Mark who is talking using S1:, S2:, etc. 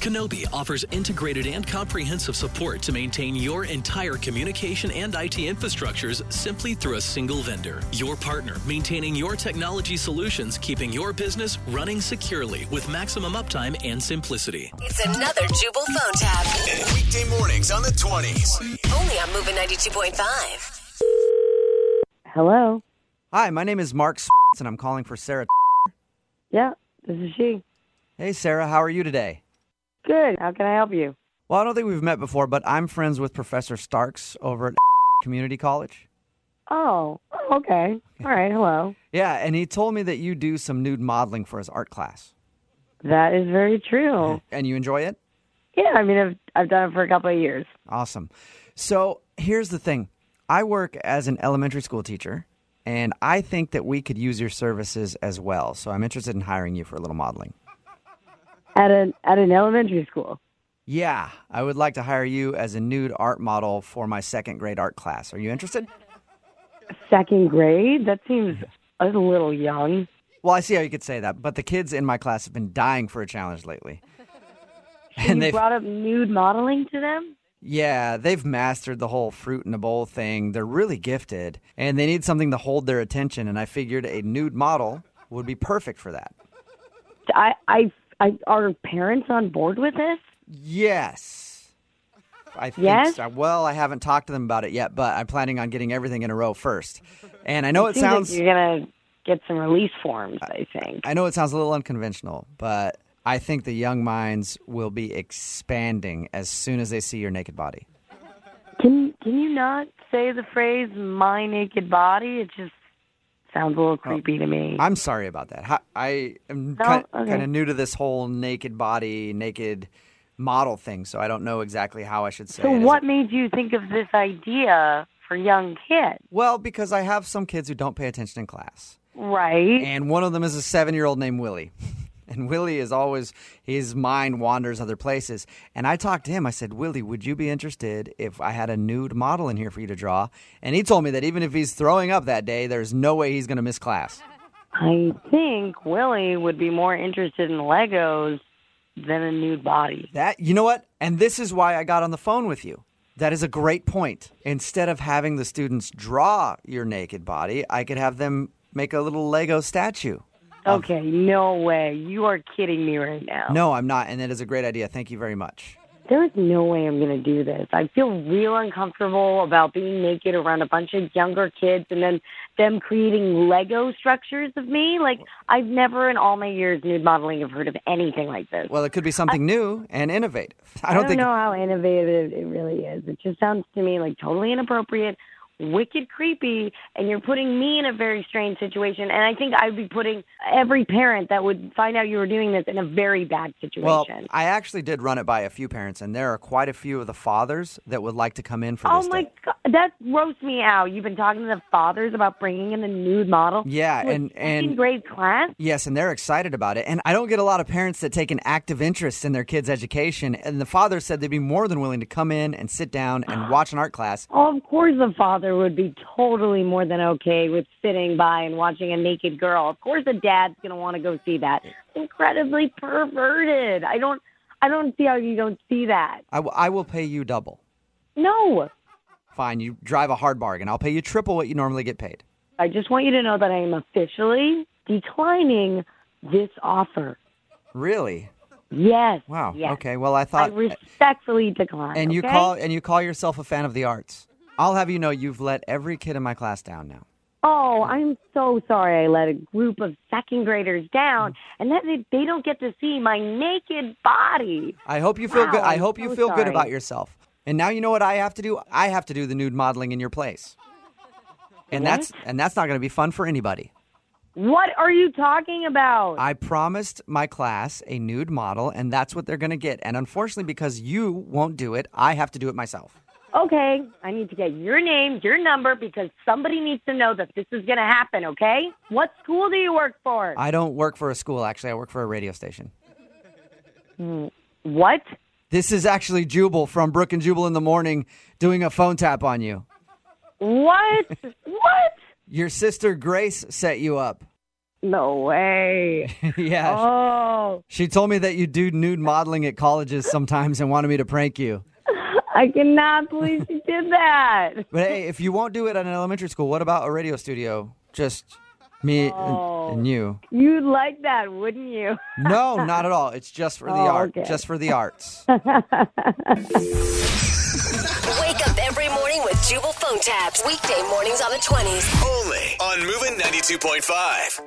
S1: Kenobi offers integrated and comprehensive support to maintain your entire communication and IT infrastructures simply through a single vendor. Your partner maintaining your technology solutions, keeping your business running securely with maximum uptime and simplicity.
S2: It's another Jubal phone tab.
S3: Weekday mornings on the 20s.
S2: Only on Moving 92.5.
S4: Hello.
S5: Hi, my name is Mark and I'm calling for Sarah.
S4: Yeah, this is she.
S5: Hey, Sarah, how are you today?
S4: Good. How can I help you?
S5: Well, I don't think we've met before, but I'm friends with Professor Starks over at Community College.
S4: Oh, okay. All right. Hello.
S5: Yeah, and he told me that you do some nude modeling for his art class.
S4: That is very true.
S5: And you enjoy it?
S4: Yeah, I mean, I've I've done it for a couple of years.
S5: Awesome. So here's the thing I work as an elementary school teacher, and I think that we could use your services as well. So I'm interested in hiring you for a little modeling.
S4: At an at an elementary school.
S5: Yeah, I would like to hire you as a nude art model for my second grade art class. Are you interested?
S4: Second grade? That seems a little young.
S5: Well, I see how you could say that, but the kids in my class have been dying for a challenge lately.
S4: And you
S5: they've-
S4: brought up nude modeling to them?
S5: Yeah, they've mastered the whole fruit in a bowl thing. They're really gifted, and they need something to hold their attention. And I figured a nude model would be perfect for that.
S4: I I I are parents on board with this?
S5: Yes. I think
S4: Yes?
S5: so. Well, I haven't talked to them about it yet, but I'm planning on getting everything in a row first. And I know it,
S4: seems
S5: sounds
S4: like you're gonna get some release forms, I think.
S5: I know it sounds a little unconventional, but I think the young minds will be expanding as soon as they see your naked body.
S4: Can can you not say the phrase "my naked body"? It just sounds a little creepy to me.
S5: I'm sorry about that. Ho- I am
S4: No,
S5: kind,
S4: okay.
S5: kind of new to this whole naked body, naked model thing, so I don't know exactly how I should say
S4: so,
S5: it. Is
S4: what
S5: it-
S4: made you think of this idea for young kids?
S5: Well, because I have some kids who don't pay attention in class.
S4: Right?
S5: and one of them is a seven year old named Willie. And Willie is always, his mind wanders other places. And I talked to him. I said, Willie, would you be interested if I had a nude model in here for you to draw? And he told me that even if he's throwing up that day, there's no way he's going to miss class.
S4: I think Willie would be more interested in Legos than a nude body.
S5: That, you know what? And this is why I got on the phone with you. That is a great point. Instead of having the students draw your naked body, I could have them make a little Lego statue.
S4: Okay, no way. You are kidding me right now.
S5: No, I'm not. And that is a great idea. Thank you very much.
S4: There is no way I'm going to do this. I feel real uncomfortable about being naked around a bunch of younger kids and then them creating Lego structures of me. Like, I've never in all my years nude modeling have heard of anything like this.
S5: Well, it could be something new and innovative. I
S4: I
S5: don't,
S4: don't
S5: think
S4: know how innovative it really is. It just sounds to me like totally inappropriate, wicked creepy, and you're putting me in a very strange situation. And I think I'd be putting every parent that would find out you were doing this in a very bad situation.
S5: Well, I actually did run it by a few parents, and there are quite a few of the fathers that would like to come in for
S4: Oh
S5: this.
S4: my
S5: day.
S4: god, that roasts me out. You've been talking to the fathers about bringing in the nude model.
S5: Yeah,
S4: to a
S5: and- and-
S4: second grade class.
S5: Yes, and they're excited about it. And I don't get a lot of parents that take an active interest in their kids' education. And the father said they'd be more than willing to come in and sit down and watch an art class.
S4: Oh, of course, the father would be totally more than okay with sitting by and watching a naked girl. Of course, the dad's gonna want to go see that. Incredibly perverted. I don't, I don't see how you don't see that.
S5: I, w- I will pay you double.
S4: No,
S5: Fine, you drive a hard bargain. I'll pay you triple what you normally get paid.
S4: I just want you to know that I am officially declining this offer.
S5: Really?
S4: Yes.
S5: Wow.
S4: Yes.
S5: Okay. Well, I
S4: I
S5: thought.
S4: respectfully decline.
S5: and you
S4: okay?
S5: call and you call yourself a fan of the arts. I'll have you know you've let every kid in my class down now.
S4: Oh, I'm so sorry I let a group of second graders down and that they, they don't get to see my naked body.
S5: I hope you feel
S4: Wow,
S5: good. I
S4: I'm
S5: hope you
S4: so
S5: feel good
S4: sorry.
S5: about yourself. And now you know what I have to do. I have to do the nude modeling in your place. And that's and that's not going to be fun for anybody.
S4: What are you talking about?
S5: I promised my class a nude model and that's what they're going to get. And unfortunately because you won't do it, I have to do it myself.
S4: okay, I need to get your name, your number, because somebody needs to know that this is going to happen, okay? What school do you work for?
S5: I don't work for a school actually. I work for a radio station.
S4: what?
S5: This is actually Jubal from Brook and Jubal in the morning doing a phone tap on you.
S4: What? what?
S5: Your sister Grace set you up.
S4: No way.
S5: yeah. she-
S4: Oh,
S5: She told me that you do nude modeling at colleges sometimes and wanted me to prank you.
S4: I cannot believe she did that.
S5: But hey, if you won't do it at an elementary school, what about a radio studio? Just me and-
S4: Oh.
S5: and, you.
S4: You'd like that, wouldn't you?
S5: No, not at all. It's just for the
S4: Oh,
S5: art.
S4: okay.
S5: Just for the arts.
S2: Wake up every morning with Jubal phone tabs. Weekday mornings on the 20s.
S3: Only on Moving 92.5.